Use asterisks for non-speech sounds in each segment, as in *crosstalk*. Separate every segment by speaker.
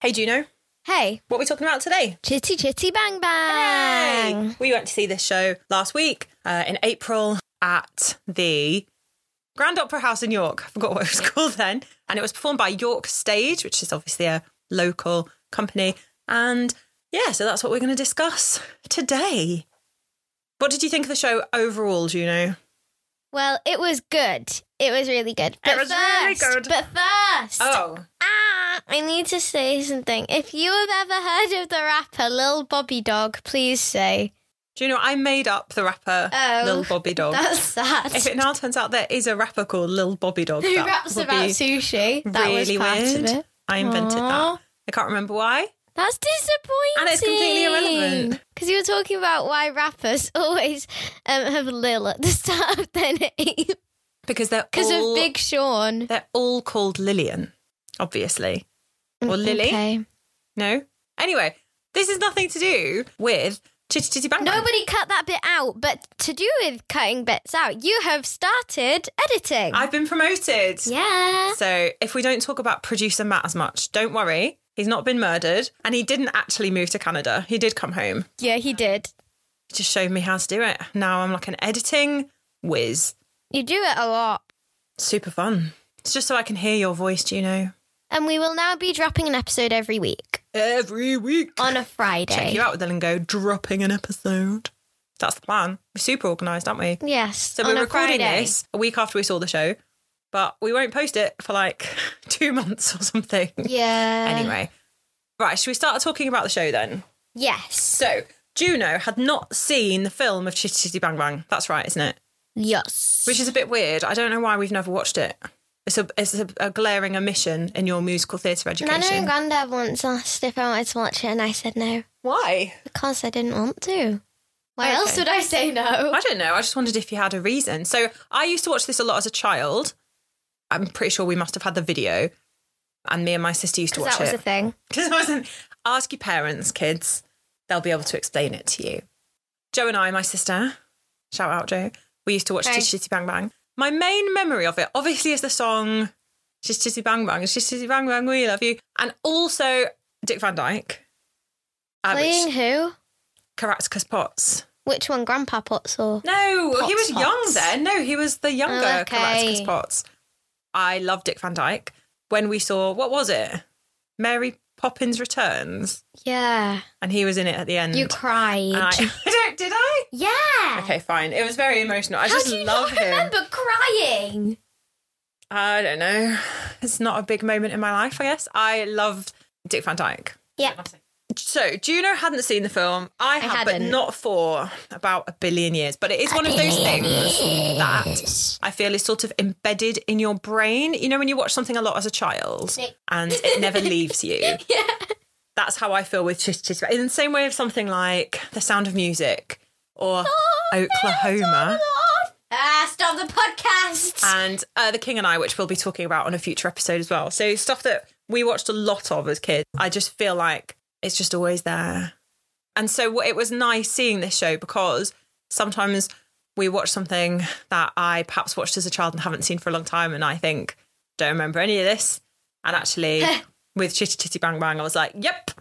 Speaker 1: Hey, Juno,
Speaker 2: Hey,
Speaker 1: what are we talking about today?
Speaker 2: chitty chitty bang bang.
Speaker 1: Hey! We went to see this show last week uh, in April at the Grand Opera House in York. I forgot what it was *laughs* called then. And it was performed by York Stage, which is obviously a local company. And yeah, so that's what we're going to discuss today. What did you think of the show overall, Juno?
Speaker 2: Well, it was good. It was really good. But
Speaker 1: was really
Speaker 2: first,
Speaker 1: good.
Speaker 2: But first,
Speaker 1: Oh,
Speaker 2: ah, I need to say something. If you have ever heard of the rapper Lil Bobby Dog, please say.
Speaker 1: Juno, I made up the rapper
Speaker 2: Oh,
Speaker 1: Lil Bobby Dog.
Speaker 2: *laughs* That's sad.
Speaker 1: If it now turns out there is a rapper called Lil Bobby Dog,
Speaker 2: *laughs* Who
Speaker 1: that
Speaker 2: raps
Speaker 1: would
Speaker 2: about
Speaker 1: be
Speaker 2: sushi? That
Speaker 1: really
Speaker 2: was part
Speaker 1: weird.
Speaker 2: of it.
Speaker 1: I invented
Speaker 2: Aw.
Speaker 1: that. I can't remember why.
Speaker 2: That's disappointing.
Speaker 1: And it's completely irrelevant.
Speaker 2: Because you were talking about why rappers *laughs* always um, have Lil at the start of their *laughs* name.
Speaker 1: Because they're
Speaker 2: Because
Speaker 1: all
Speaker 2: of Big Sean.
Speaker 1: they're all called Lillian, obviously. Or Lily.
Speaker 2: Mm, Okay.
Speaker 1: No? Anyway, this is nothing to do with Chitty Chitty Bang Bang.
Speaker 2: Nobody cut that bit out, but to do with cutting bits out, you have started editing.
Speaker 1: I've been promoted.
Speaker 2: yeah.
Speaker 1: So if we don't talk about producer Matt as much, don't worry. He's not been murdered and he didn't actually move to Canada. He did come home.
Speaker 2: Yeah, he did.
Speaker 1: He just showed me how to do it. Now I'm like an editing whiz.
Speaker 2: You do it a lot.
Speaker 1: Super fun. It's just so I can hear your voice, do you know?
Speaker 2: And we will now be dropping an episode every week
Speaker 1: Every week.
Speaker 2: on a Friday.
Speaker 1: Check you out with the lingo, dropping an episode. That's the plan. We're super organised, aren't we?
Speaker 2: Yes.
Speaker 1: So
Speaker 2: on
Speaker 1: we're
Speaker 2: a
Speaker 1: recording
Speaker 2: Friday.
Speaker 1: this a week after we saw the show, but we won't post it for like *laughs* two months or something.
Speaker 2: Yeah.
Speaker 1: Anyway, right, should we start talking about the show then?
Speaker 2: Yes.
Speaker 1: So Juno had not seen the film of Chitty Chitty Bang Bang. That's right, isn't it?
Speaker 2: Yes.
Speaker 1: Which is a bit weird. I don't know why we've never watched it. It's a it's a, a glaring omission in your musical theatre
Speaker 2: Nana and
Speaker 1: education.
Speaker 2: Grandad once asked if I wanted to watch it, and I said no
Speaker 1: Why?
Speaker 2: because I didn't want to. Why
Speaker 1: Okay.
Speaker 2: else would I say no?
Speaker 1: I don't know. I just wondered if you had a reason. So I used to watch this a lot as a child. I'm pretty sure we must have had the video, and me and my sister used to
Speaker 2: Because
Speaker 1: watch
Speaker 2: that was
Speaker 1: it.
Speaker 2: a thing.
Speaker 1: *laughs* Because it wasn't. Ask your parents, kids. They'll be able to explain it to you. Joe and I, my sister, shout out Joe. We used to watch
Speaker 2: Hi.
Speaker 1: Chitty Chitty Bang Bang. My main memory of it, obviously, is the song Chitty Chitty Bang Bang, Chitty Chitty Bang Bang, We Love You, and also Dick Van Dyke, uh,
Speaker 2: Playing
Speaker 1: which
Speaker 2: who?
Speaker 1: Caractacus Potts.
Speaker 2: Which one, Grandpa Potts or?
Speaker 1: No, he was
Speaker 2: Potts,
Speaker 1: young
Speaker 2: Potts.
Speaker 1: then. No, he was the younger
Speaker 2: Oh,
Speaker 1: oh,
Speaker 2: okay.
Speaker 1: Potts. I love Dick Van Dyke. When we saw what was it, Mary Poppins Returns,
Speaker 2: Yeah.
Speaker 1: and he was in it at the end.
Speaker 2: You cried.
Speaker 1: Mm. And I, *laughs* I don't. Did I?
Speaker 2: yeah.
Speaker 1: Okay, fine. It was very emotional. I
Speaker 2: How
Speaker 1: just
Speaker 2: do you
Speaker 1: love
Speaker 2: not
Speaker 1: him.
Speaker 2: remember crying?
Speaker 1: I don't know. It's not a big moment in my life. I guess I loved Dick Van Dyke.
Speaker 2: Yeah.
Speaker 1: So Juno hadn't seen the film. I had, but
Speaker 2: hadn't.
Speaker 1: not for about a billion years. But it is one of those things that I feel is sort of embedded in your brain. You know, when you watch something a lot as a child and it never leaves you. *laughs* Yeah. That's how I feel with Chitty Chitty. Bang. In the same way of something like The Sound of Music or Oh, Oklahoma
Speaker 2: Ah, stop the podcast.
Speaker 1: and uh, The King and I, which we'll be talking about on a future episode as well. So stuff that we watched a lot of as kids. I just feel like it's just always there. And so what- it was nice seeing this show because sometimes we watch something that I perhaps watched as a child and haven't seen for a long time, and I think don't remember any of this. And actually, with Chitty Chitty Bang Bang, I was like, yep.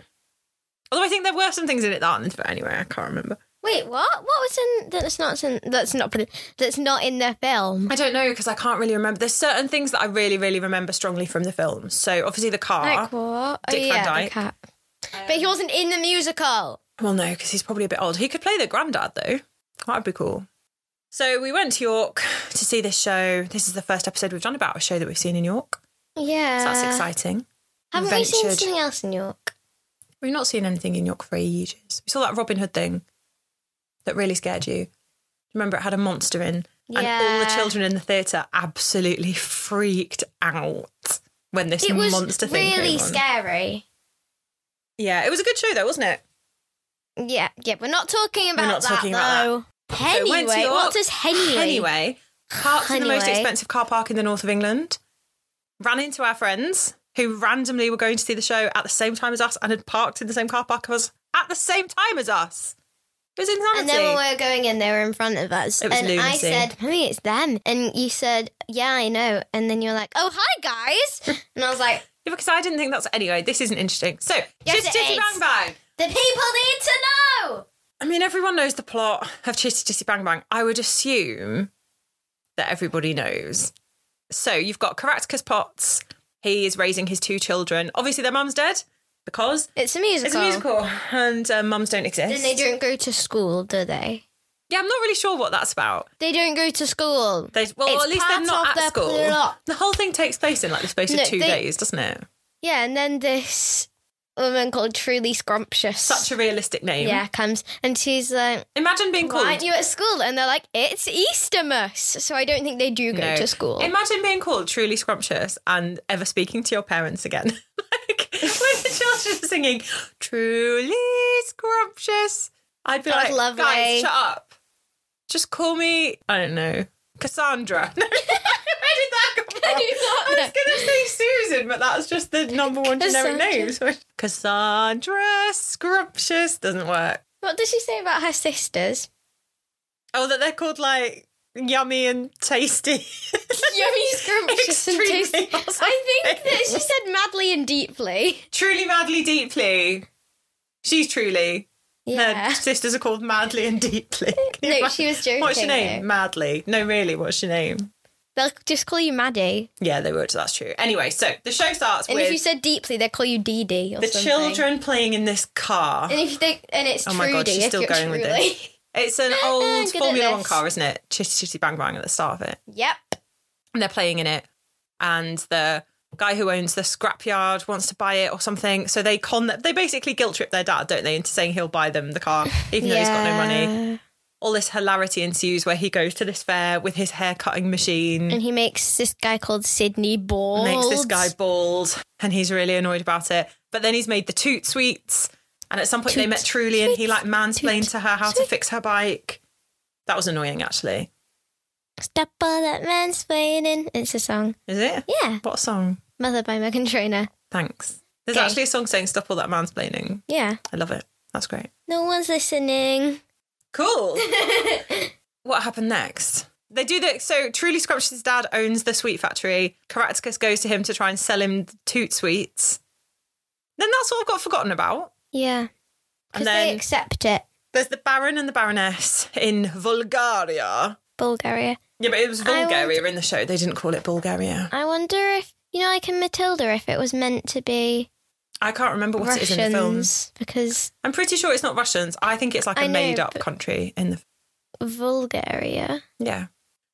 Speaker 1: Although I think there were some things in it that aren't, but anyway, I can't remember.
Speaker 2: Wait, what? What was in that's not in that's not that's not in the film?
Speaker 1: I don't know because I can't really remember. There's certain things that I really, really remember strongly from the film. So obviously the car.
Speaker 2: Like what?
Speaker 1: Dick Van
Speaker 2: oh, yeah, the
Speaker 1: Dyke.
Speaker 2: cat. but he wasn't in the musical.
Speaker 1: Well, no, because he's probably a bit old. He could play the granddad though. That'd be cool. So we went to York to see this show. This is the first episode we've done about a show that we've seen in York.
Speaker 2: Yeah.
Speaker 1: So that's exciting.
Speaker 2: Haven't we seen
Speaker 1: Ventured.
Speaker 2: something else in York?
Speaker 1: We've not seen anything in York for ages. We saw that Robin Hood thing that really scared you. Remember, it had a monster in, and all the
Speaker 2: Yeah.
Speaker 1: children in the theatre absolutely freaked out when this
Speaker 2: It was
Speaker 1: monster thing
Speaker 2: really
Speaker 1: came on.
Speaker 2: scary.
Speaker 1: Yeah, it was a good show though, wasn't it?
Speaker 2: Yeah, yeah. We're not talking about
Speaker 1: not
Speaker 2: that
Speaker 1: talking about
Speaker 2: though.
Speaker 1: So it
Speaker 2: Anyway,
Speaker 1: went to York.
Speaker 2: what does Henry?
Speaker 1: Anyway, parked in the most
Speaker 2: Anyway.
Speaker 1: expensive car park in the north of England. Ran into our friends who randomly were going to see the show at the same time as us and had parked in the same car park as us at the same time as us. It was insanity.
Speaker 2: And then when we were going in, they were in front of us.
Speaker 1: It was
Speaker 2: and I
Speaker 1: lunacy.
Speaker 2: said, Mummy, it's them. And you said, Yeah, I know. And then you were like, Oh, hi,
Speaker 1: *laughs*
Speaker 2: guys. and I was like,
Speaker 1: Yeah, because I didn't think that's anyway. This isn't interesting. So,
Speaker 2: Yes,
Speaker 1: chitty
Speaker 2: it
Speaker 1: chitty
Speaker 2: is.
Speaker 1: bang bang.
Speaker 2: The people need to know.
Speaker 1: I mean, everyone knows the plot of Chitty Chitty Bang Bang. I would assume that everybody knows. So you've got Caractacus Potts. He is raising his two children. Obviously, their mum's dead because
Speaker 2: It's a musical.
Speaker 1: it's a musical and um, mums don't exist.
Speaker 2: Then they don't go to school, do they?
Speaker 1: Yeah, I'm not really sure what that's about.
Speaker 2: They don't go to school.
Speaker 1: They, well,
Speaker 2: It's
Speaker 1: at least
Speaker 2: part
Speaker 1: they're not
Speaker 2: of
Speaker 1: at
Speaker 2: the
Speaker 1: school.
Speaker 2: plot.
Speaker 1: The whole thing takes place in like the space
Speaker 2: No,
Speaker 1: of two
Speaker 2: they-
Speaker 1: days, doesn't it?
Speaker 2: Yeah, and then this woman called Truly Scrumptious.
Speaker 1: Such a realistic name.
Speaker 2: yeah, comes and she's like,
Speaker 1: Imagine being
Speaker 2: "Why
Speaker 1: called
Speaker 2: aren't you at school?" And they're like, "It's Eastermas." So I don't think they do go
Speaker 1: No.
Speaker 2: to school.
Speaker 1: Imagine being called truly scrumptious and ever speaking to your parents again. *laughs* like when the children are singing truly scrumptious, I'd be
Speaker 2: That
Speaker 1: like,
Speaker 2: was lovely.
Speaker 1: guys, shut up. Just call me, I don't know, Cassandra. *laughs* Where did
Speaker 2: *laughs*
Speaker 1: that come from?
Speaker 2: do
Speaker 1: I
Speaker 2: not
Speaker 1: was
Speaker 2: know.
Speaker 1: going to say Susan, but that's just the number one generic name. so- Cassandra scrumptious doesn't work.
Speaker 2: What does she say about
Speaker 1: *laughs*
Speaker 2: her sisters?
Speaker 1: Oh, that they're called like yummy and tasty. *laughs*
Speaker 2: Yummy *laughs* Scrumptious and
Speaker 1: Extremely
Speaker 2: tasty.
Speaker 1: or *laughs*
Speaker 2: I think
Speaker 1: something.
Speaker 2: that she said madly and deeply.
Speaker 1: Truly, madly, deeply. She's truly.
Speaker 2: Yeah.
Speaker 1: Her sisters are called Madly and Deeply. Can you
Speaker 2: *laughs* No,
Speaker 1: ima-
Speaker 2: she was joking.
Speaker 1: What's your name?
Speaker 2: though.
Speaker 1: Madly. No, really, what's your name?
Speaker 2: They'll just call you Maddie.
Speaker 1: Yeah, they would. That's true. Anyway, so the show starts
Speaker 2: And if you
Speaker 1: with
Speaker 2: said deeply, they'll call you Dee Dee or
Speaker 1: the
Speaker 2: something.
Speaker 1: children playing in this car.
Speaker 2: And if you think, and it's
Speaker 1: Oh my
Speaker 2: Trudy.
Speaker 1: God, she's
Speaker 2: if
Speaker 1: still
Speaker 2: you're
Speaker 1: going with
Speaker 2: truly.
Speaker 1: It's an
Speaker 2: I'm
Speaker 1: old
Speaker 2: good at
Speaker 1: Formula One
Speaker 2: this.
Speaker 1: car, isn't it? Chitty chitty bang bang at the start of it.
Speaker 2: *laughs* Yep.
Speaker 1: And they're playing in it. And the guy who owns the scrapyard wants to buy it or something. So they con they basically guilt trip their dad, don't they, into saying he'll buy them the car, even though he's got no money. all this hilarity ensues where he goes to this fair with his hair cutting machine
Speaker 2: And he makes this guy called Sydney bald.
Speaker 1: makes this guy bald and he's really annoyed about it but then he's made the toot sweets and at some point they
Speaker 2: Toot
Speaker 1: met truly and he
Speaker 2: sweets,
Speaker 1: like mansplained
Speaker 2: toot
Speaker 1: to her how to fix her bike that was annoying actually
Speaker 2: Stop all that mansplaining. It's a song.
Speaker 1: is it
Speaker 2: Yeah.
Speaker 1: what song
Speaker 2: Mother by Megan Trainor.
Speaker 1: thanks there's
Speaker 2: Okay.
Speaker 1: actually a song saying stop all that mansplaining
Speaker 2: Yeah.
Speaker 1: i love it that's great
Speaker 2: No one's listening.
Speaker 1: Cool.
Speaker 2: *laughs*
Speaker 1: what happened next? They do the so truly Scrumptious' dad owns the sweet factory. Caractacus goes to him to try and sell him the toot sweets. Then that's all I've got forgotten about.
Speaker 2: Yeah.
Speaker 1: And
Speaker 2: Because they
Speaker 1: then
Speaker 2: accept it.
Speaker 1: there's the Baron and the Baroness in Bulgaria.
Speaker 2: Bulgaria.
Speaker 1: Yeah, but it was
Speaker 2: I
Speaker 1: Bulgaria in the show. They didn't call it Bulgaria.
Speaker 2: I wonder if, you know, like in Matilda, if it was meant to be
Speaker 1: I can't remember what
Speaker 2: Russians.
Speaker 1: it is in the film.
Speaker 2: Because
Speaker 1: I'm pretty sure it's not Russians. I think it's like a
Speaker 2: I know,
Speaker 1: made up
Speaker 2: but-
Speaker 1: country in the
Speaker 2: Bulgaria.
Speaker 1: Yeah.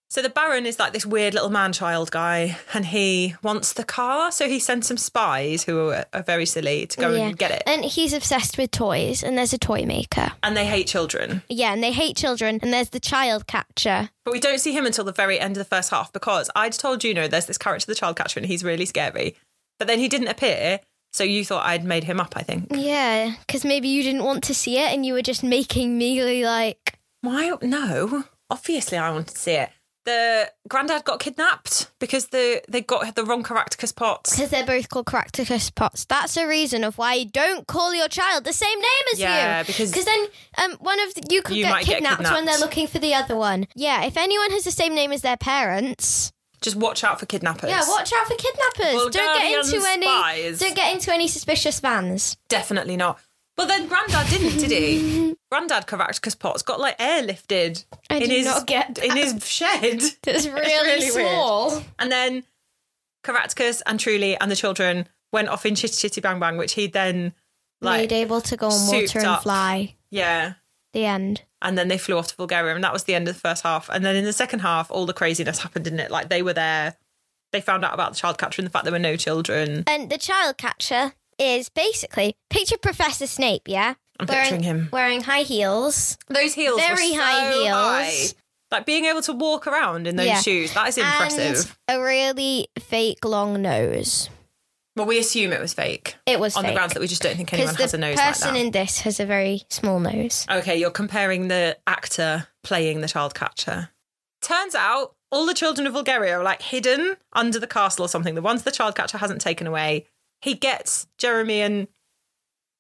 Speaker 1: So the Baron is like this weird little man child guy, and he wants the car. So he sends some spies who are, are very silly to go
Speaker 2: Oh, yeah.
Speaker 1: and get it.
Speaker 2: And he's obsessed with toys, and there's a toy maker.
Speaker 1: And they hate children.
Speaker 2: Yeah, and they hate children, and there's the child catcher.
Speaker 1: But we don't see him until the very end of the first half because I'd told Juno there's this character, the child catcher, and he's really scary. But then he didn't appear. So you thought I'd made him up, I think.
Speaker 2: Yeah, because maybe you didn't want to see it, and you were just making me like,
Speaker 1: Why? No. Obviously, I want to see it. The granddad got kidnapped because the they got the wrong Caractacus pots.
Speaker 2: because they're both called Caractacus pots. That's a reason of why you don't call your child the same name as
Speaker 1: Yeah,
Speaker 2: you.
Speaker 1: because-
Speaker 2: because then um, one of the, you could
Speaker 1: You
Speaker 2: get,
Speaker 1: might get
Speaker 2: kidnapped when they're
Speaker 1: kidnapped.
Speaker 2: looking for the other one. Yeah, if anyone has the same name as their parents,
Speaker 1: Just watch out for kidnappers.
Speaker 2: yeah, watch out for kidnappers. don't
Speaker 1: Bulgarian
Speaker 2: get into any,
Speaker 1: spies.
Speaker 2: don't get into any suspicious vans.
Speaker 1: Definitely not. Well, then Grandad didn't, did
Speaker 2: *laughs*
Speaker 1: he? Grandad Caractacus Potts got like airlifted
Speaker 2: I
Speaker 1: in
Speaker 2: do
Speaker 1: his
Speaker 2: not get
Speaker 1: in his shed, *laughs*
Speaker 2: It's *laughs* really,
Speaker 1: really weird.
Speaker 2: small.
Speaker 1: and then Caractacus and Truly and the children went off in Chitty Chitty Bang Bang, which he then like
Speaker 2: Made able to go on
Speaker 1: souped
Speaker 2: water and
Speaker 1: up.
Speaker 2: fly.
Speaker 1: yeah.
Speaker 2: The end.
Speaker 1: And then they flew off to Bulgaria, and that was the end of the first half. And then in the second half, all the craziness happened, didn't it? Like they were there, they found out about the child catcher and the fact there were no children.
Speaker 2: And the child catcher is basically picture Professor Snape, yeah?
Speaker 1: I'm
Speaker 2: wearing,
Speaker 1: picturing him.
Speaker 2: Wearing high heels.
Speaker 1: Those heels, were
Speaker 2: Very
Speaker 1: so
Speaker 2: high heels.
Speaker 1: high. like being able to walk around in those
Speaker 2: Yeah.
Speaker 1: shoes. That is impressive.
Speaker 2: And a really fake long nose.
Speaker 1: Well, we assume it was fake
Speaker 2: It was
Speaker 1: on
Speaker 2: fake.
Speaker 1: the grounds that we just don't think anyone
Speaker 2: Because
Speaker 1: has
Speaker 2: the
Speaker 1: a nose like
Speaker 2: person
Speaker 1: that.
Speaker 2: in this has a very small nose.
Speaker 1: okay, you're comparing the actor playing the child catcher. Turns out all the children of Bulgaria are like hidden under the castle or something. The ones the child catcher hasn't taken away. He gets Jeremy and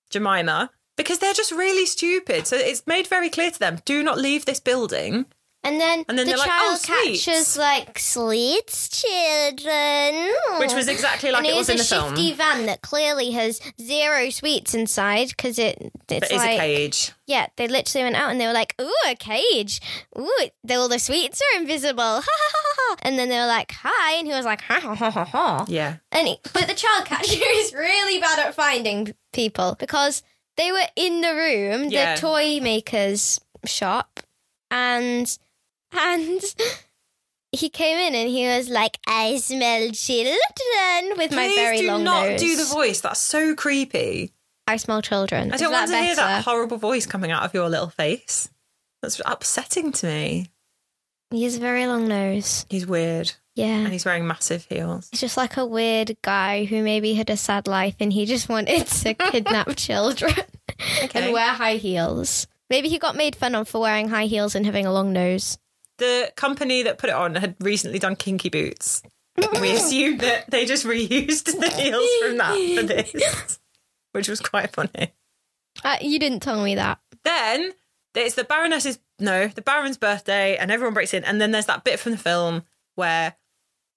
Speaker 1: Jemima because they're just really stupid. So it's made very clear to them: do not leave this building.
Speaker 2: And then,
Speaker 1: And then
Speaker 2: the
Speaker 1: they're like,
Speaker 2: child
Speaker 1: "Oh, sweets."
Speaker 2: catches like sleets children,
Speaker 1: Which was exactly like
Speaker 2: Oh. and
Speaker 1: it was
Speaker 2: is
Speaker 1: in
Speaker 2: a
Speaker 1: the film.
Speaker 2: shifty van that clearly has zero sweets inside because it it's
Speaker 1: But it's a
Speaker 2: like
Speaker 1: cage.
Speaker 2: yeah they literally went out and they were like ooh a cage ooh it- all the sweets are invisible *laughs* ha ha ha ha and then they were like hi and he was like ha ha ha ha ha
Speaker 1: Yeah.
Speaker 2: and he- but the child catcher is really bad at finding people because they were in the room,
Speaker 1: Yeah.
Speaker 2: the toy maker's shop, and and *laughs* he came in and he was like, "I smell children" with my
Speaker 1: Please
Speaker 2: very
Speaker 1: do
Speaker 2: long
Speaker 1: not
Speaker 2: nose.
Speaker 1: do the voice. That's so creepy.
Speaker 2: I smell children.
Speaker 1: I
Speaker 2: Is
Speaker 1: don't want to
Speaker 2: that
Speaker 1: hear that
Speaker 2: better?
Speaker 1: horrible voice coming out of your little face. That's upsetting to me.
Speaker 2: He has a very long nose.
Speaker 1: He's weird
Speaker 2: Yeah.
Speaker 1: and he's wearing massive
Speaker 2: *laughs*
Speaker 1: heels.
Speaker 2: He's just like a weird guy who maybe had a sad life and he just wanted to *laughs* kidnap children
Speaker 1: Okay.
Speaker 2: and wear high heels. Maybe he got made fun of for wearing high heels and having a long nose.
Speaker 1: The company that put it on had recently done kinky boots.
Speaker 2: *laughs*
Speaker 1: we assumed that they just reused the heels from
Speaker 2: *laughs*
Speaker 1: that for this, which was quite funny.
Speaker 2: Uh, you didn't tell me that.
Speaker 1: Then it's the Baroness's no, the Baron's birthday, and everyone breaks in. And then there's that bit from the film where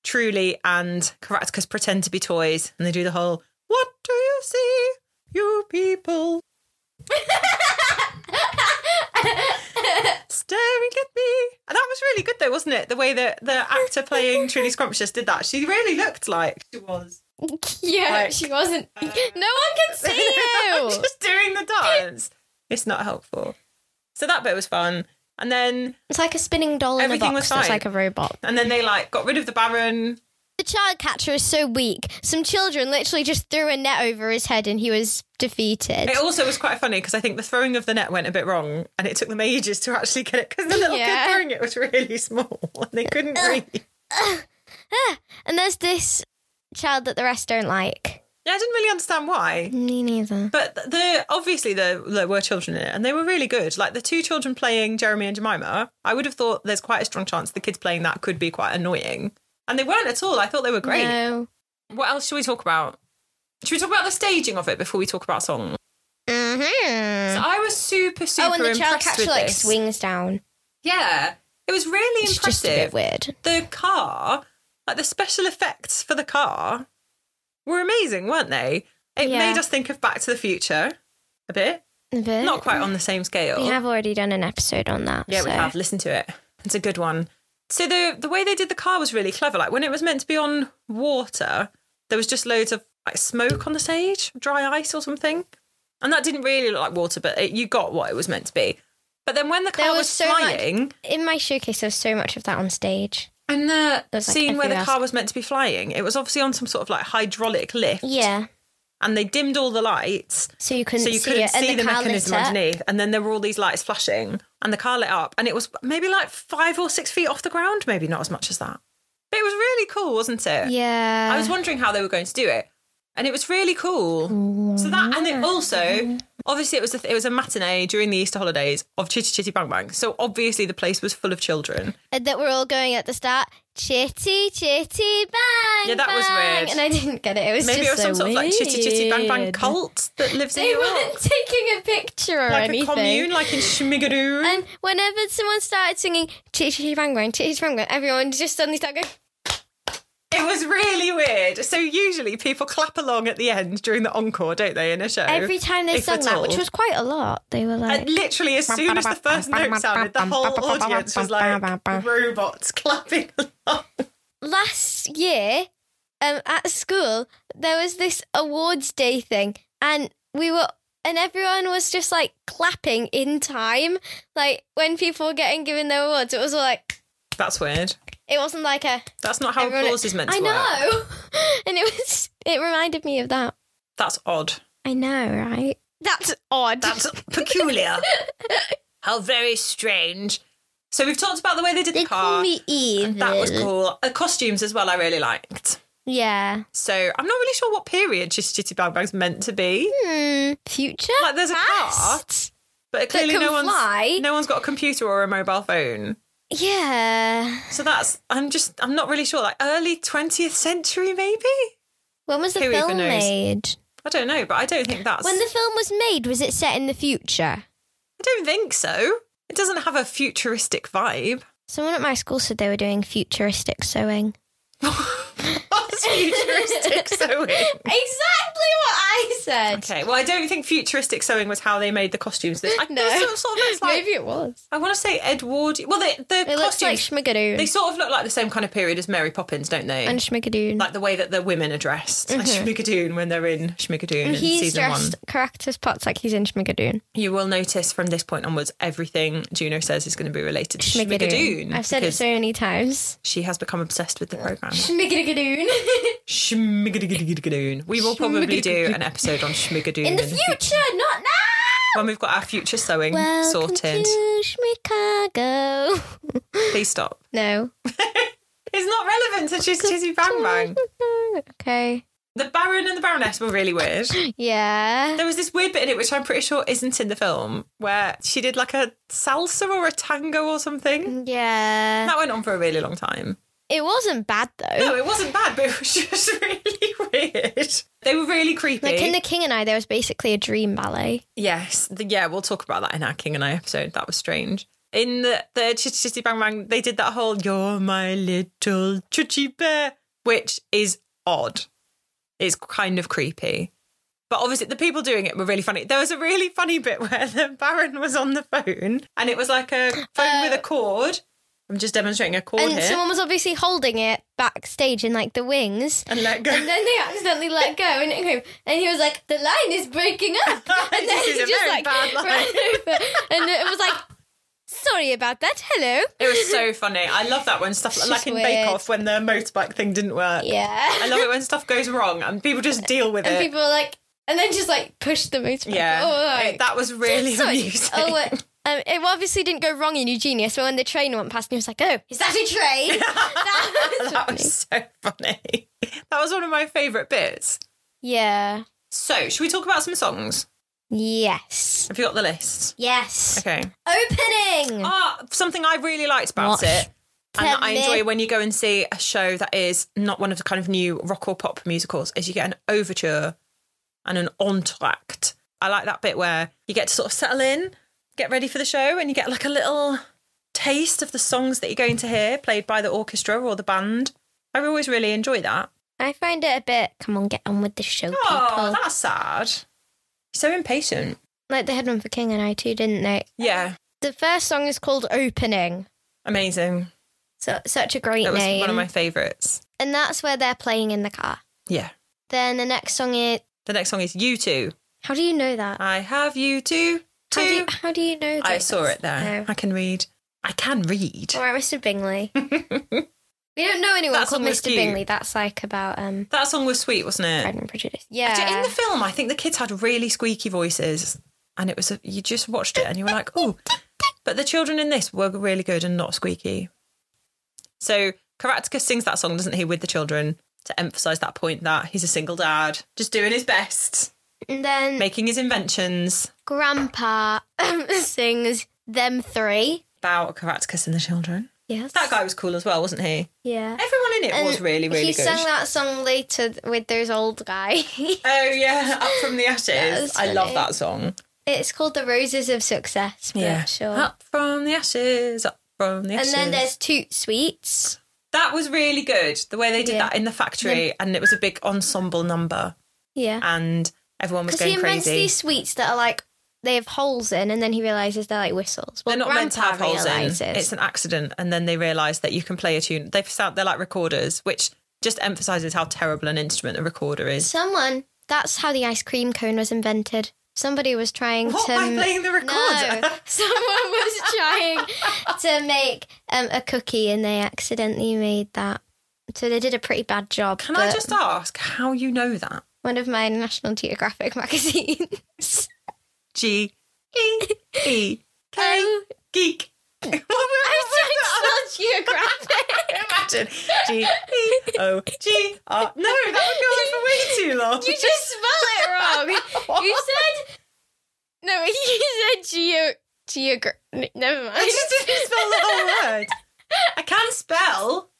Speaker 1: Truly and Caractacus pretend to be toys, and they do the whole "What do you see, you people?" Staring at me, and that was really good though, wasn't it? The way that the actor playing Truly Scrumptious did that, she really looked like she was
Speaker 2: Yeah,
Speaker 1: Like- uh,
Speaker 2: she wasn't. *laughs* no one
Speaker 1: *laughs*
Speaker 2: can see *laughs* you.
Speaker 1: just doing the dance. It's not helpful. So that bit was fun, and then
Speaker 2: It's like a spinning doll in a
Speaker 1: Everything
Speaker 2: box.
Speaker 1: was
Speaker 2: That's
Speaker 1: fine.
Speaker 2: like a robot.
Speaker 1: and then they like got rid of the Baron.
Speaker 2: The child catcher is so weak. Some children literally just threw a net over his head and he was defeated.
Speaker 1: It also was quite funny because I think the throwing of the net went a bit wrong and it took them ages to actually get it because the little
Speaker 2: Yeah.
Speaker 1: kid throwing it was really *laughs* small and they couldn't reach.
Speaker 2: and there's this child that the rest don't like.
Speaker 1: Yeah, I didn't really understand why.
Speaker 2: Me neither.
Speaker 1: But the obviously there, there were children in it and they were really good. Like the two children playing Jeremy and Jemima, I would have thought there's quite a strong chance the kids playing that could be quite annoying. And they weren't at all. I thought they were great.
Speaker 2: No.
Speaker 1: What else should we talk about? Should we talk about the staging of it before we talk about songs?
Speaker 2: Mm-hmm.
Speaker 1: So I was super, super
Speaker 2: oh, and the child
Speaker 1: impressed
Speaker 2: catcher
Speaker 1: with
Speaker 2: like
Speaker 1: this.
Speaker 2: swings down.
Speaker 1: Yeah, it was really
Speaker 2: It's
Speaker 1: impressive.
Speaker 2: just a bit weird.
Speaker 1: the car, like the special effects for the car, were amazing, weren't they? It
Speaker 2: Yeah.
Speaker 1: made us think of Back to the Future a bit,
Speaker 2: A bit.
Speaker 1: not quite on the same scale.
Speaker 2: We have already done an episode on that.
Speaker 1: yeah,
Speaker 2: so.
Speaker 1: we have. Listen to it; it's a good one. So the the way they did the car was really clever. Like when it was meant to be on water, there was just loads of like smoke on the stage, dry ice or something, and that didn't really look like water, but it, you got what it was meant to be. But then when the car
Speaker 2: There was
Speaker 1: was,
Speaker 2: so much-
Speaker 1: flying,
Speaker 2: In my showcase, there was so much of that on stage.
Speaker 1: And the
Speaker 2: There's, like,
Speaker 1: scene where the
Speaker 2: everywhere
Speaker 1: car was meant to be flying, it was obviously on some sort of like hydraulic lift.
Speaker 2: Yeah.
Speaker 1: And they dimmed all the lights
Speaker 2: So you couldn't
Speaker 1: so you
Speaker 2: see
Speaker 1: couldn't
Speaker 2: it.
Speaker 1: see
Speaker 2: and
Speaker 1: the,
Speaker 2: the, car
Speaker 1: mechanism
Speaker 2: lit up.
Speaker 1: underneath. And then there were all these lights flashing and the car lit up. And it was maybe like five or six feet off the ground, maybe not as much as that. But it was really cool, wasn't it?
Speaker 2: Yeah.
Speaker 1: I was wondering how they were going to do it. And it was really cool. So that, and it also, obviously, it was a, it was a matinee during the Easter holidays of Chitty Chitty Bang Bang. So obviously, the place was full of children.
Speaker 2: And Uh, that we're all going at the start. Chitty, chitty, bang.
Speaker 1: Yeah, that was
Speaker 2: bang.
Speaker 1: weird.
Speaker 2: And I didn't get it. It was
Speaker 1: Maybe it
Speaker 2: just
Speaker 1: was some
Speaker 2: so
Speaker 1: sort of like chitty chitty bang bang
Speaker 2: weird.
Speaker 1: cult that lives in
Speaker 2: They
Speaker 1: New York.
Speaker 2: weren't taking a picture or
Speaker 1: Like
Speaker 2: anything.
Speaker 1: a commune, like in Schmigadoon.
Speaker 2: And whenever someone started singing chitty, chitty, bang, bang, chitty, chitty, bang, bang, everyone just suddenly started going.
Speaker 1: it was really weird. So usually people clap along at the end during the encore, don't they, in a show?
Speaker 2: Every time they
Speaker 1: If
Speaker 2: sung
Speaker 1: at
Speaker 2: that,
Speaker 1: all.
Speaker 2: which was quite a lot, they were like.
Speaker 1: And literally, as soon as the first note sounded, the whole audience was like robots clapping along.
Speaker 2: last year um, at school there was this awards day thing and we were and everyone was just like clapping in time like when people were getting given their awards it was all like
Speaker 1: That's weird.
Speaker 2: it wasn't like a
Speaker 1: That's not how
Speaker 2: everyone-
Speaker 1: applause is meant to
Speaker 2: i
Speaker 1: work.
Speaker 2: know *laughs* and it was it reminded me of that
Speaker 1: That's odd.
Speaker 2: i know right that's odd
Speaker 1: That's peculiar.
Speaker 2: *laughs*
Speaker 1: how very strange. So we've talked about the way they did
Speaker 2: they
Speaker 1: the car.
Speaker 2: call me evil
Speaker 1: That was cool. The costumes as well, I really liked.
Speaker 2: yeah
Speaker 1: So I'm not really sure what period Chitty Chitty Bang Bang's meant to be,
Speaker 2: hmm future
Speaker 1: Like, there's a car.
Speaker 2: Past?
Speaker 1: but clearly
Speaker 2: can
Speaker 1: no one's
Speaker 2: fly.
Speaker 1: no one's got a computer or a mobile phone.
Speaker 2: yeah
Speaker 1: So that's I'm just I'm not really sure. Like early 20th century, maybe.
Speaker 2: when was the
Speaker 1: Who even
Speaker 2: film
Speaker 1: knows?
Speaker 2: made
Speaker 1: I don't know, but I don't think that's.
Speaker 2: When the film was made, was it set in the future?
Speaker 1: I don't think so. It doesn't have a futuristic vibe. *laughs*
Speaker 2: Someone at my school said they were doing futuristic sewing.
Speaker 1: What's
Speaker 2: *laughs*
Speaker 1: futuristic sewing?
Speaker 2: Exactly what I said.
Speaker 1: Okay, well, I don't think futuristic sewing was how they made the costumes. I,
Speaker 2: No.
Speaker 1: no. Sort of, sort of looks like,
Speaker 2: Maybe it was.
Speaker 1: I want to say Edward. Well, the, the
Speaker 2: It looks like
Speaker 1: costumes,
Speaker 2: Schmigadoon.
Speaker 1: they sort of look like the same kind of period as Mary Poppins, don't they?
Speaker 2: and Schmigadoon.
Speaker 1: like the way that the women are dressed. Like Schmigadoon when they're in Schmigadoon in
Speaker 2: he's
Speaker 1: season one.
Speaker 2: dressed characters parts like he's in Schmigadoon.
Speaker 1: You will notice from this point onwards, everything Juno says is going to be related to
Speaker 2: Schmigadoon.
Speaker 1: Schmigadoon.
Speaker 2: I've said it
Speaker 1: because
Speaker 2: so many times.
Speaker 1: She has become obsessed with the program.
Speaker 2: Schmigadoon. *laughs*
Speaker 1: Schmigadoon. We will probably do an episode on Schmigadoon
Speaker 2: in the
Speaker 1: fu-
Speaker 2: future, not now.
Speaker 1: when we've got our future sewing
Speaker 2: Welcome
Speaker 1: sorted.
Speaker 2: to Chicago. *laughs*
Speaker 1: Please stop.
Speaker 2: no.
Speaker 1: It's not relevant to Chizzy Chizzy Bang Bang.
Speaker 2: *laughs* Okay.
Speaker 1: The Baron and the Baroness were really weird.
Speaker 2: Yeah.
Speaker 1: There was this weird bit in it, which I'm pretty sure isn't in the film, where she did like a salsa or a tango or
Speaker 2: Mm.
Speaker 1: something.
Speaker 2: Yeah.
Speaker 1: That went on for a really long time.
Speaker 2: It wasn't bad though.
Speaker 1: No, it wasn't bad, but it was *laughs* just really weird. They were really creepy.
Speaker 2: Like in The King and I, there was basically a dream ballet.
Speaker 1: yes, the, yeah, we'll talk about that in our King and I episode. That was strange. In the, the Chitty Chitty Bang Bang, they did that whole "You're my little chitty bear," which is odd. It's kind of creepy. But obviously, the people doing it were really funny. There was a really funny bit *laughs* where the Baron was on the phone, and it was like a phone
Speaker 2: Uh,
Speaker 1: with a cord. I'm just demonstrating a cord
Speaker 2: And
Speaker 1: here.
Speaker 2: someone was obviously holding it backstage in like the wings.
Speaker 1: and let go.
Speaker 2: And then they accidentally let go and it came, and he was like, The line is breaking up.
Speaker 1: *laughs*
Speaker 2: And then
Speaker 1: This is
Speaker 2: he
Speaker 1: a
Speaker 2: just
Speaker 1: very
Speaker 2: like
Speaker 1: bad line.
Speaker 2: ran over. And it was like, Sorry about that.
Speaker 1: *laughs*
Speaker 2: Hello.
Speaker 1: It was so funny. I love that when stuff
Speaker 2: It's
Speaker 1: like
Speaker 2: just
Speaker 1: in
Speaker 2: weird.
Speaker 1: Bake Off when the motorbike thing didn't work.
Speaker 2: Yeah.
Speaker 1: I love it when stuff goes wrong and people just deal with
Speaker 2: and
Speaker 1: it.
Speaker 2: people were like, and then just like pushed the motorbike.
Speaker 1: Uh, yeah,
Speaker 2: Oh, like,
Speaker 1: It- that was really
Speaker 2: sorry.
Speaker 1: amusing.
Speaker 2: Oh, uh, um, it obviously didn't go wrong in Eugenia. So when the train went past, and he was like, "Oh, is that a train?" *laughs* that
Speaker 1: *laughs* *laughs*
Speaker 2: was
Speaker 1: that
Speaker 2: funny.
Speaker 1: was so funny. *laughs* That was one of my favourite bits.
Speaker 2: Yeah.
Speaker 1: So, should we talk about some songs?
Speaker 2: Yes.
Speaker 1: Have you got the list?
Speaker 2: Yes.
Speaker 1: Okay.
Speaker 2: Opening.
Speaker 1: Ah, something I really liked about
Speaker 2: Watch
Speaker 1: it. And that I
Speaker 2: them.
Speaker 1: enjoy when you go and see a show that is not one of the kind of new rock or pop musicals, is you get an overture and an entr'acte. I like that bit where you get to sort of settle in, get ready for the show, and you get like a little taste of the songs that you're going to hear played by the orchestra or the band. I always really enjoy that.
Speaker 2: I find it a bit. Come on, get on with the show, people.
Speaker 1: Oh, that's sad. So impatient.
Speaker 2: like they had one for King and I too, didn't they?
Speaker 1: Yeah,
Speaker 2: The first song is called "Opening."
Speaker 1: amazing.
Speaker 2: So such a great
Speaker 1: That was
Speaker 2: name.
Speaker 1: one of my favourites.
Speaker 2: and that's where they're playing in the car.
Speaker 1: Yeah.
Speaker 2: Then the next song is.
Speaker 1: The next song is You Two.
Speaker 2: How do you know that?
Speaker 1: I have you too. Two.
Speaker 2: How do you, how do you know that? Oh.
Speaker 1: I saw it there.
Speaker 2: No.
Speaker 1: I can read. I can read.
Speaker 2: All right,
Speaker 1: *laughs*
Speaker 2: Mr. Bingley. we don't know anyone
Speaker 1: That
Speaker 2: called
Speaker 1: song was
Speaker 2: Mr.
Speaker 1: cute.
Speaker 2: Bingley. That's like about um,
Speaker 1: That song was sweet, wasn't
Speaker 2: Pride
Speaker 1: it?
Speaker 2: and Prejudice. Yeah.
Speaker 1: Actually, In the film, I think the kids had really squeaky voices, and it was a, you just watched it and you were like, oh. But the children in this were really good and not squeaky. So Karatka sings that song, doesn't he, with the children to emphasise that point that he's a single dad, just doing his best,
Speaker 2: and then
Speaker 1: making his inventions
Speaker 2: Grandpa
Speaker 1: um, *laughs*
Speaker 2: sings them three.
Speaker 1: about Karatka and the children.
Speaker 2: Yes.
Speaker 1: That guy was cool as well, wasn't he?
Speaker 2: Yeah.
Speaker 1: Everyone in it
Speaker 2: And
Speaker 1: was really, really
Speaker 2: he
Speaker 1: good.
Speaker 2: sang that song later th- with those old guy. *laughs*
Speaker 1: Oh yeah, up from the ashes.
Speaker 2: was
Speaker 1: I love
Speaker 2: funny.
Speaker 1: that song.
Speaker 2: it's called The Roses of Success. but Sure.
Speaker 1: Up from the ashes, up from the
Speaker 2: and
Speaker 1: ashes.
Speaker 2: then there's Toot Sweets.
Speaker 1: that was really good. The way they did
Speaker 2: Yeah.
Speaker 1: that in the factory, and it was a big ensemble number,
Speaker 2: Yeah.
Speaker 1: and everyone was
Speaker 2: Because he
Speaker 1: going
Speaker 2: invents
Speaker 1: crazy.
Speaker 2: these sweets that are like they have holes in, and then he realizes they're like whistles. Well,
Speaker 1: They're not meant to
Speaker 2: Grandpa
Speaker 1: have holes
Speaker 2: realizes.
Speaker 1: in. It's an accident, and then they realise that you can play a tune. They've sound they're like recorders, which just emphasises how terrible an instrument a recorder is.
Speaker 2: Someone. That's how the ice cream cone was invented. Somebody was trying
Speaker 1: What
Speaker 2: to.
Speaker 1: by playing the recorder?
Speaker 2: um, No, someone was trying to make um, a cookie and they accidentally made that. So they did a pretty bad
Speaker 1: *laughs*
Speaker 2: job.
Speaker 1: Can I
Speaker 2: but
Speaker 1: just ask how you know that?
Speaker 2: One of my National Geographic
Speaker 1: *laughs*
Speaker 2: magazines. *laughs*
Speaker 1: G E E K
Speaker 2: Oh, *laughs*
Speaker 1: geek. *laughs* What were-
Speaker 2: I was doing National Geographic.
Speaker 1: *laughs* Imagine. G E O G R. No, that would go on for way too long.
Speaker 2: You
Speaker 1: *laughs*
Speaker 2: just spell it wrong. You said no. *laughs* You said geo geogra- Never mind.
Speaker 1: I
Speaker 2: *laughs*
Speaker 1: just didn't spell the whole word. I can spell.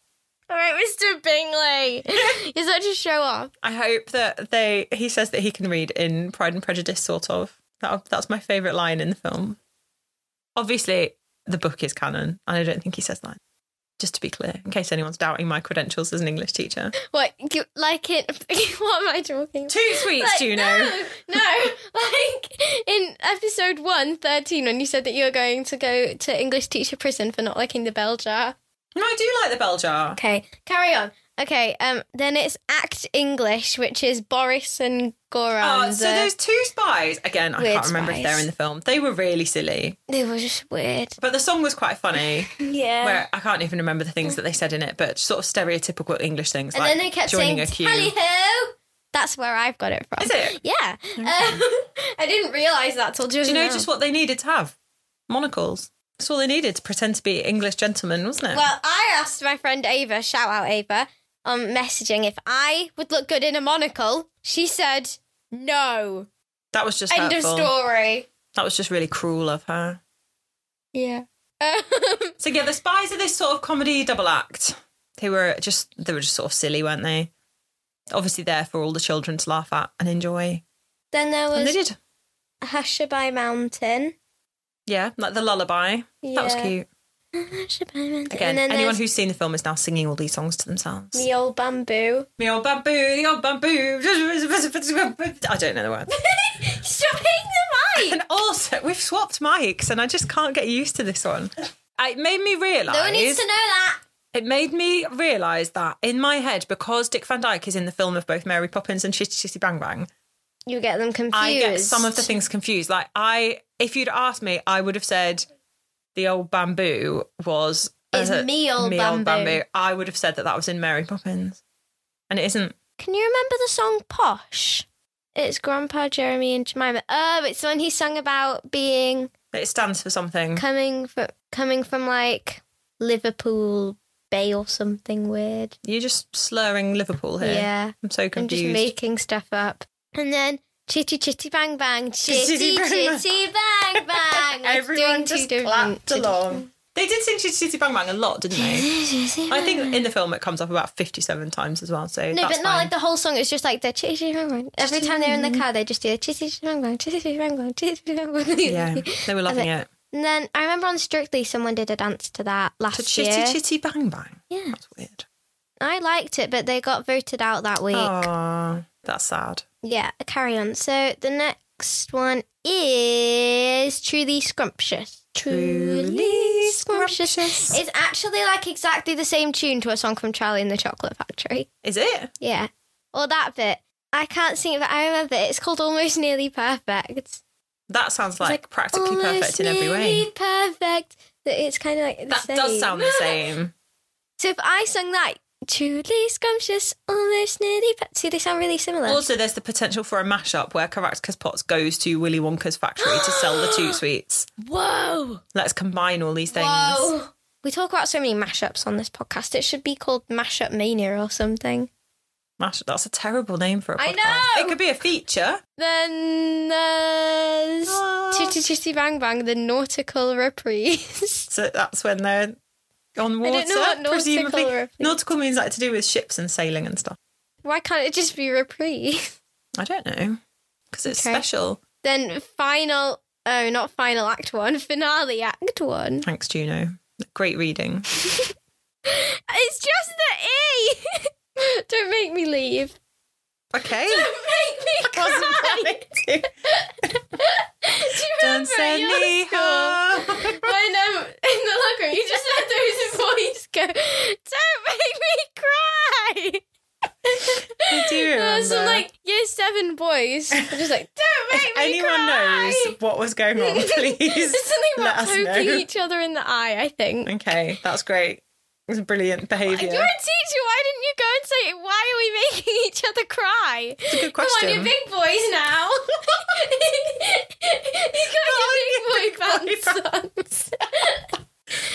Speaker 2: All right, Mr. Bingley. *laughs* way. You're such a show off.
Speaker 1: I hope that they. He says that he can read in Pride and Prejudice, sort of. That, that's my favourite line in the film. Obviously, the book is canon, and I don't think he says that. Just to be clear, in case anyone's doubting my credentials as an English
Speaker 2: *laughs*
Speaker 1: teacher.
Speaker 2: What you- like it? *laughs* What am I talking? about?
Speaker 1: Two sweets,
Speaker 2: Like,
Speaker 1: Juno.
Speaker 2: No, no. *laughs* Like in episode one, 13, when you said that you were going to go to English teacher prison for not liking the bell jar.
Speaker 1: No, I do like the bell jar.
Speaker 2: Okay, carry on. Okay, um, then it's Act English, which is Boris and Goran.
Speaker 1: Oh, so
Speaker 2: the-
Speaker 1: those two spies again. I
Speaker 2: Weird
Speaker 1: can't remember if they're
Speaker 2: spies.
Speaker 1: in the film. They were really silly,
Speaker 2: they were just weird.
Speaker 1: but the song was quite
Speaker 2: *laughs*
Speaker 1: funny.
Speaker 2: Yeah.
Speaker 1: where I can't even remember the things that they said in it, but sort of stereotypical English things.
Speaker 2: and
Speaker 1: like
Speaker 2: then they kept
Speaker 1: joining
Speaker 2: saying,
Speaker 1: a queue.
Speaker 2: "Tally ho!" That's where I've got it from.
Speaker 1: Is it?
Speaker 2: Yeah. Um, *laughs* I didn't realise that till just
Speaker 1: Do you know
Speaker 2: now.
Speaker 1: just what they needed to have? Monocles. That's all they needed to pretend to be English gentlemen, wasn't it?
Speaker 2: Well, I asked my friend Ava, shout out Ava, on messaging if I would look good in a monocle. She said no.
Speaker 1: that was just
Speaker 2: End of
Speaker 1: hurtful.
Speaker 2: story.
Speaker 1: That was just really cruel of her.
Speaker 2: Yeah. Um,
Speaker 1: So yeah, the spies are this sort of comedy double act. They were just they were just sort of silly, weren't they? Obviously, there for all the children to laugh at and enjoy,
Speaker 2: then there
Speaker 1: and they
Speaker 2: was
Speaker 1: did.
Speaker 2: Hushabye Mountain.
Speaker 1: Yeah, like the lullaby. That was
Speaker 2: Yeah.
Speaker 1: cute.
Speaker 2: Hushabye Mountain.
Speaker 1: Again,
Speaker 2: and then
Speaker 1: anyone
Speaker 2: there's
Speaker 1: who's seen the film is now singing all these songs to themselves.
Speaker 2: the old bamboo.
Speaker 1: Me old bamboo, the old bamboo. I don't know the
Speaker 2: *laughs*
Speaker 1: words.
Speaker 2: Stop hitting the
Speaker 1: *laughs*
Speaker 2: mic.
Speaker 1: And also, we've swapped mics, and I just can't get used to this one. It made me
Speaker 2: No one
Speaker 1: realise.
Speaker 2: needs to know that.
Speaker 1: it made me realise that in my head, because Dick Van Dyke is in the film of both Mary Poppins and Shitty Shitty Bang Bang,
Speaker 2: You get them confused.
Speaker 1: I get some of the things confused. Like I, if you'd asked me, I would have said the old bamboo was
Speaker 2: It's
Speaker 1: as a-
Speaker 2: me old bamboo.
Speaker 1: I would have said that that was in Mary Poppins, and it isn't.
Speaker 2: Can you remember the song Posh? It's Grandpa Jeremy and Jemima. Oh, it's the one he sung about being
Speaker 1: It stands for something.
Speaker 2: coming from coming from like Liverpool Bay or something weird.
Speaker 1: You're just slurring Liverpool here.
Speaker 2: Yeah.
Speaker 1: I'm so
Speaker 2: I'm just
Speaker 1: confused.
Speaker 2: making stuff up. And then chitty chitty bang
Speaker 1: *laughs*
Speaker 2: bang.
Speaker 1: Chitty
Speaker 2: Chitty
Speaker 1: bang
Speaker 2: chitty bang bang. Like, doing two different- two
Speaker 1: They did sing Chitty Chitty Bang Bang a lot, didn't they?
Speaker 2: different-
Speaker 1: I think in the film it comes up about 57 times as well. So
Speaker 2: No,
Speaker 1: that's
Speaker 2: but not
Speaker 1: fine.
Speaker 2: like the whole song. It's just like the chitty chitty bang bang. Every time they're in the car, they just do the chitty chitty bang bang, chitty chitty bang bang, chitty chitty bang bang.
Speaker 1: yeah,
Speaker 2: *laughs*
Speaker 1: they were loving it.
Speaker 2: And then I remember on Strictly, someone did a dance to that last
Speaker 1: To Chitty
Speaker 2: year.
Speaker 1: Chitty Bang Bang.
Speaker 2: Yeah,
Speaker 1: That's weird.
Speaker 2: I liked it, but they got voted out that week.
Speaker 1: Oh. Aww, that's sad.
Speaker 2: Yeah, carry on. So the next one is Truly Scrumptious.
Speaker 1: Truly Scrumptious.
Speaker 2: It's actually like exactly the same tune to a song from Charlie and the Chocolate Factory.
Speaker 1: Is it?
Speaker 2: Yeah, or that bit. I can't sing it, but I remember it. It's called Almost Nearly Perfect.
Speaker 1: That sounds like,
Speaker 2: like,
Speaker 1: practically perfect in every way.
Speaker 2: nearly perfect. That It's kind of like the
Speaker 1: That
Speaker 2: same.
Speaker 1: does sound
Speaker 2: *laughs*
Speaker 1: the same.
Speaker 2: So if I sung that, truly scrumptious, almost nearly pet. See, they sound really similar.
Speaker 1: Also, there's the potential for a mashup where Caractacus Potts goes to Willy Wonka's factory to sell the
Speaker 2: *gasps*
Speaker 1: two sweets.
Speaker 2: Whoa!
Speaker 1: Let's combine all these things.
Speaker 2: Whoa! We talk about so many mashups on this podcast. It should be called Mashup Mania or something.
Speaker 1: Mash- that's a terrible name for a podcast.
Speaker 2: I know!
Speaker 1: It could be a feature.
Speaker 2: Then there's
Speaker 1: Ah.
Speaker 2: Chitty Chitty Bang Bang, the nautical reprise. *laughs*
Speaker 1: So that's when they're on water.
Speaker 2: don't know what nautical
Speaker 1: presumably.
Speaker 2: refers-
Speaker 1: Nautical means like to do with ships and sailing and stuff.
Speaker 2: Why can't it just be reprise?
Speaker 1: I don't know because it's
Speaker 2: Okay.
Speaker 1: special.
Speaker 2: Then final, oh, not final act one, finale act one.
Speaker 1: Thanks, Juno. Great
Speaker 2: *laughs*
Speaker 1: reading.
Speaker 2: It's just the E! *laughs* Don't make me leave.
Speaker 1: Okay.
Speaker 2: make me
Speaker 1: *laughs*
Speaker 2: *laughs*
Speaker 1: Wasn't
Speaker 2: cry.
Speaker 1: planning to.
Speaker 2: Do you
Speaker 1: Don't
Speaker 2: remember at
Speaker 1: send
Speaker 2: your
Speaker 1: me
Speaker 2: school
Speaker 1: home.
Speaker 2: when um in the locker room you just had those boys go, "Don't make me cry." I
Speaker 1: do
Speaker 2: *laughs* Some
Speaker 1: remember.
Speaker 2: like year seven boys were just like, "Don't make
Speaker 1: If
Speaker 2: me
Speaker 1: anyone
Speaker 2: cry." *laughs*
Speaker 1: knows what was going on, please
Speaker 2: It's something
Speaker 1: let
Speaker 2: about
Speaker 1: us
Speaker 2: poking
Speaker 1: know.
Speaker 2: each other in the eye. I think.
Speaker 1: Okay, that's great. It's brilliant behaviour.
Speaker 2: You're a teacher. Why didn't you go and say, "Why are we *laughs* making each other cry"? It's
Speaker 1: a good
Speaker 2: Come on,
Speaker 1: question.
Speaker 2: you big boys *laughs* now. you got your big boy *laughs* pants on.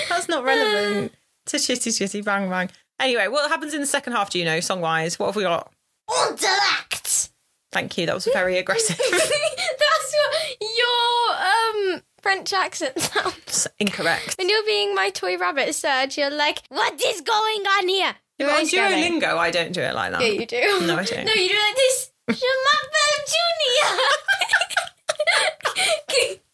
Speaker 1: That's not relevant to Chitty Chitty Bang Bang. Anyway, what happens in the second half, do you know, song wise? What have we got?
Speaker 2: *laughs* Unterlacht.
Speaker 1: Thank you. That was
Speaker 2: *laughs*
Speaker 1: very aggressive.
Speaker 2: That's what your um French accent sounds.
Speaker 1: It's incorrect.
Speaker 2: When you're being my toy rabbit, Serge, you're like, "What is going on here?"
Speaker 1: Yeah,
Speaker 2: Your
Speaker 1: but on
Speaker 2: eyes get it.
Speaker 1: Duolingo, I don't do it like that.
Speaker 2: Yeah, you
Speaker 1: *laughs*
Speaker 2: do. *laughs*
Speaker 1: No, I don't.
Speaker 2: No, you do like this. Junior. *laughs*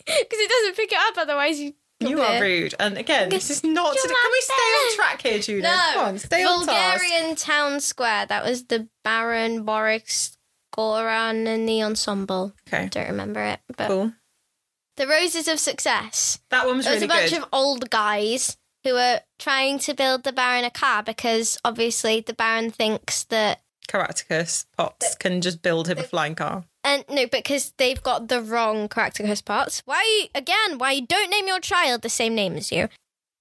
Speaker 2: Because it doesn't pick it up, otherwise you.
Speaker 1: you are rude. And again, this is not. To do- can we stay on track here, Juno?
Speaker 2: No.
Speaker 1: Come on, stay on task.
Speaker 2: Bulgarian town square. That was the Baron Boris Goran and the ensemble.
Speaker 1: Okay,
Speaker 2: Don't remember it, but
Speaker 1: cool.
Speaker 2: the Roses of Success.
Speaker 1: That one was
Speaker 2: There was
Speaker 1: really
Speaker 2: a bunch
Speaker 1: good.
Speaker 2: of old guys who were trying to build the Baron a car because obviously the Baron thinks that.
Speaker 1: Caractacus Potts can just build him a flying car.
Speaker 2: And no, because they've got the wrong Caractacus parts. Why, again, why you don't name your child the same name as you?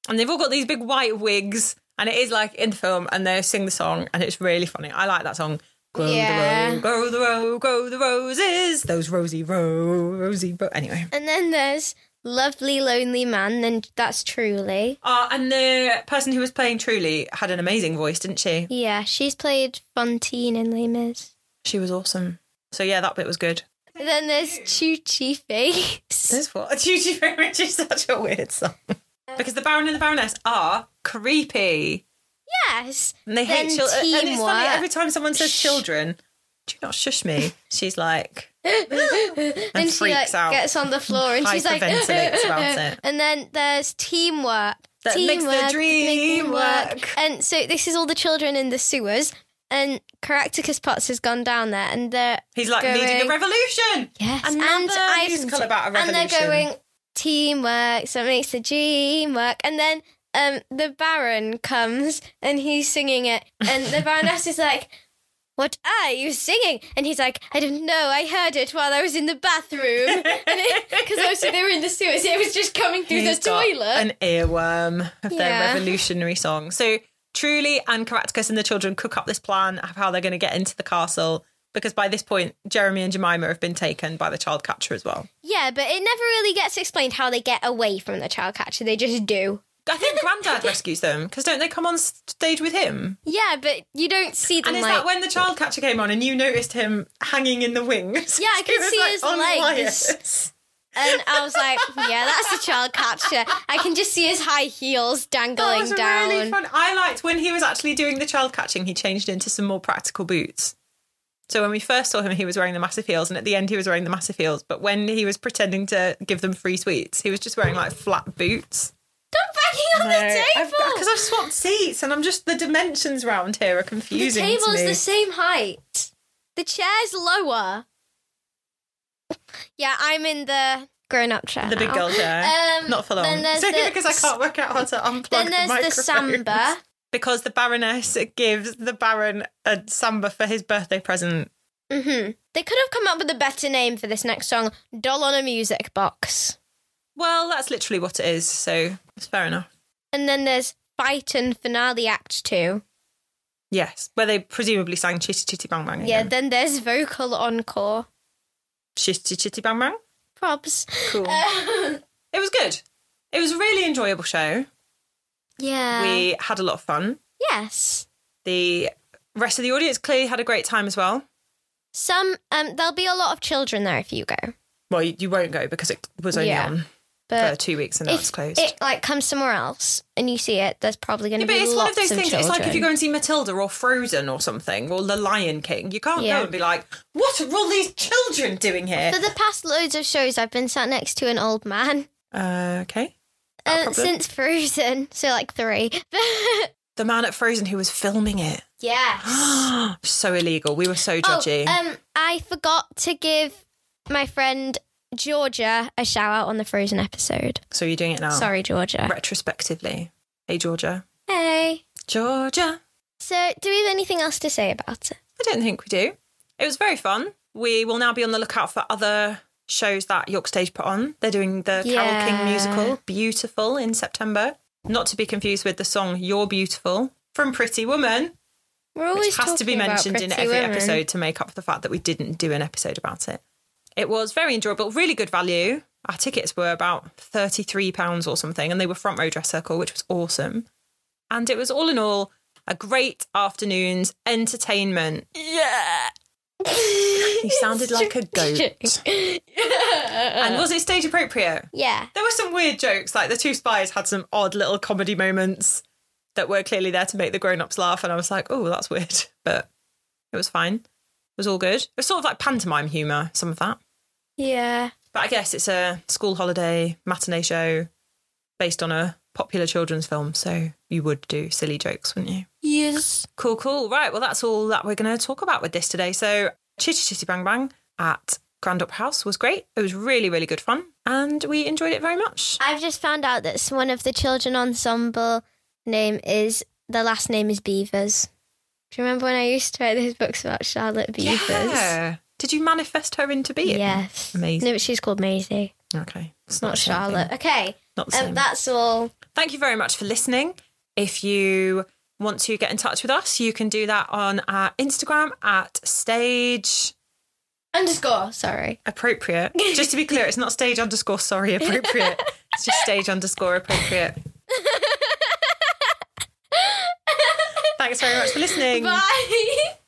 Speaker 1: And they've all got these big white wigs, and it is like in the film, and they sing the song, and it's really funny. I like that song. Grow
Speaker 2: Yeah.
Speaker 1: the row, grow the row, grow the roses. Those rosy row, rosy row. Anyway.
Speaker 2: And then there's Lovely Lonely Man, and that's truly.
Speaker 1: Uh, and the person who was playing Truly had an amazing voice, didn't she?
Speaker 2: Yeah, she's played Fontaine in Les Mis.
Speaker 1: She was awesome. So yeah, that bit was good.
Speaker 2: And then there's Chuchi Face.
Speaker 1: There's what *laughs* Duty Free Rich is such a weird song. Because the Baron and the Baroness are creepy.
Speaker 2: Yes.
Speaker 1: And they hate
Speaker 2: Then
Speaker 1: children. And it's funny,
Speaker 2: teamwork.
Speaker 1: every time someone says children, do you not shush me. She's like,
Speaker 2: *laughs* and, she
Speaker 1: freaks
Speaker 2: like
Speaker 1: out.
Speaker 2: gets on the floor and she's like
Speaker 1: Hyperventilates about it.
Speaker 2: *laughs* and then there's teamwork
Speaker 1: That makes the
Speaker 2: Teamwork,
Speaker 1: dream
Speaker 2: making
Speaker 1: work.
Speaker 2: and so this is all the children in the sewers and Caractacus Potts has gone down there and they're
Speaker 1: he's like
Speaker 2: going,
Speaker 1: leading a revolution.
Speaker 2: yes and
Speaker 1: Another
Speaker 2: I've-
Speaker 1: musical about a
Speaker 2: and
Speaker 1: revolution.
Speaker 2: they're going teamwork so it makes the dream work and then um the Baron comes and he's singing it and the Baroness is like what are you singing? And he's like, I don't know. I heard it while I was in the bathroom. *laughs* Because obviously they were in the sewers. It was just coming through
Speaker 1: He's
Speaker 2: the
Speaker 1: got
Speaker 2: toilet.
Speaker 1: An earworm of
Speaker 2: Yeah.
Speaker 1: their revolutionary song. So Truly and Caractacus and the children cook up this plan of how they're going to get into the castle because by this point, Jeremy and Jemima have been taken by the child catcher as well.
Speaker 2: yeah, but it never really gets explained how they get away from the child catcher. They just do.
Speaker 1: I
Speaker 2: *laughs*
Speaker 1: think Grandad rescues them because don't they come on stage with him?
Speaker 2: Yeah, but you don't see them
Speaker 1: And is
Speaker 2: like.
Speaker 1: that when the child catcher came on and you noticed him hanging in the wings?
Speaker 2: Yeah, I
Speaker 1: *laughs* He
Speaker 2: could
Speaker 1: was,
Speaker 2: see his
Speaker 1: on
Speaker 2: legs. *laughs*
Speaker 1: wires.
Speaker 2: and I was like, yeah, that's the child catcher. I can just see his high heels
Speaker 1: That
Speaker 2: dangling
Speaker 1: was
Speaker 2: down.
Speaker 1: really fun. I liked when he was actually doing the child catching. He changed into some more practical boots. So when we first saw him, he was wearing the massive heels, and at the end, he was wearing the massive heels. But when he was pretending to give them free sweets, he was just wearing like flat boots.
Speaker 2: Stop banging on the
Speaker 1: because
Speaker 2: table.
Speaker 1: I've, swapped seats, and I'm just the dimensions round here are
Speaker 2: the
Speaker 1: confusing. to
Speaker 2: table's
Speaker 1: me.
Speaker 2: the same height. The chair's lower. Yeah, I'm in the grown-up chair.
Speaker 1: The big
Speaker 2: now.
Speaker 1: girl chair.
Speaker 2: Um,
Speaker 1: Not for long.
Speaker 2: Then there's
Speaker 1: It's only
Speaker 2: the,
Speaker 1: *laughs* because I can't work out how to unplug
Speaker 2: Then
Speaker 1: the
Speaker 2: there's the
Speaker 1: microphones.
Speaker 2: samba.
Speaker 1: Because the Baroness gives the Baron a samba for his birthday present.
Speaker 2: hmm They could have come up with a better name for this next song, Doll on a Music Box.
Speaker 1: Well, that's literally what it is, so it's fair enough.
Speaker 2: And then there's Fight and Finale Act 2.
Speaker 1: Yes, where they presumably sang Chitty Chitty Bang Bang.
Speaker 2: Yeah,
Speaker 1: again.
Speaker 2: then there's Vocal Encore.
Speaker 1: Chitty Chitty Bang Bang.
Speaker 2: Probs. *laughs*
Speaker 1: Cool. it was good. It was a really enjoyable show.
Speaker 2: Yeah.
Speaker 1: we had a lot of fun.
Speaker 2: Yes.
Speaker 1: The rest of the audience clearly had a great time as well.
Speaker 2: Some, um, there'll be a lot of children there if you go.
Speaker 1: Well, you, you won't go because it was only
Speaker 2: Yeah,
Speaker 1: on for
Speaker 2: But
Speaker 1: two weeks and
Speaker 2: if
Speaker 1: now it's closed.
Speaker 2: it, like, comes somewhere else and you see it, there's probably going
Speaker 1: Yeah,
Speaker 2: to
Speaker 1: but
Speaker 2: be
Speaker 1: it's one
Speaker 2: lots
Speaker 1: of those things.
Speaker 2: children.
Speaker 1: It's like if you go and see Matilda or Frozen or something or The Lion King, you can't
Speaker 2: Yeah.
Speaker 1: go and be like, "What are all these children doing here?"
Speaker 2: For the past loads of shows, I've been sat next to an old man.
Speaker 1: Uh, okay, Not a
Speaker 2: Uh,
Speaker 1: problem.
Speaker 2: since Frozen, *laughs* so like three.
Speaker 1: the man at Frozen who was filming it. *gasps*
Speaker 2: yes.
Speaker 1: so illegal. We were so *gasps* judgy.
Speaker 2: Oh, um, I forgot to give my friend Georgia a shout out on the Frozen episode.
Speaker 1: so you're doing it now,
Speaker 2: Sorry, Georgia.
Speaker 1: retrospectively. Hey, Georgia.
Speaker 2: Hey.
Speaker 1: Georgia.
Speaker 2: So, do we have anything else to say about it?
Speaker 1: I don't think we do. It was very fun. We will now be on the lookout for other shows that York Stage put on. They're doing the
Speaker 2: Yeah.
Speaker 1: Carol King musical, Beautiful, in September. Not to be confused with the song You're Beautiful from Pretty Woman,
Speaker 2: We're
Speaker 1: which
Speaker 2: always
Speaker 1: has to be
Speaker 2: talking about
Speaker 1: mentioned in
Speaker 2: pretty
Speaker 1: every
Speaker 2: women.
Speaker 1: episode to make up for the fact that we didn't do an episode about it. It was very enjoyable, really good value. Our tickets were about £33 or something, and they were front row dress circle, which was awesome. And it was all in all a great afternoon's entertainment.
Speaker 2: Yeah.
Speaker 1: He sounded like a goat. *laughs* And was it stage appropriate?
Speaker 2: yeah.
Speaker 1: There were some weird jokes, like the two spies had some odd little comedy moments. that were clearly there to make the grown ups laugh. And I was like, oh, that's weird. *laughs* But it was fine. It was all good. It was sort of like pantomime humour, some of that.
Speaker 2: Yeah.
Speaker 1: But I guess it's a school holiday matinee show based on a popular children's film. So you would do silly jokes, wouldn't you?
Speaker 2: Yes.
Speaker 1: Cool, cool. Right. Well, that's all that we're going to talk about with this today. So, Chitty Chitty Bang Bang at Grand Up House was great. It was really, really good fun. And we enjoyed it very much.
Speaker 2: I've just found out that s- one of the children ensemble name is the last name is Beavers. Do you remember when I used to write those books about Charlotte Beavers?
Speaker 1: Yeah. Did you manifest her into being?
Speaker 2: Yes.
Speaker 1: Amazing.
Speaker 2: No, but she's called Maisie,
Speaker 1: Okay. It's
Speaker 2: not
Speaker 1: the same thing.
Speaker 2: Charlotte. Okay.
Speaker 1: Not the same.
Speaker 2: Um, that's all.
Speaker 1: Thank you very much for listening. If you want to get in touch with us, you can do that on our Instagram at stage
Speaker 2: Underscore. Sorry.
Speaker 1: appropriate. Just to be clear, it's not stage underscore sorry appropriate. It's just stage underscore appropriate. Thanks very much for listening.
Speaker 2: Bye. *laughs*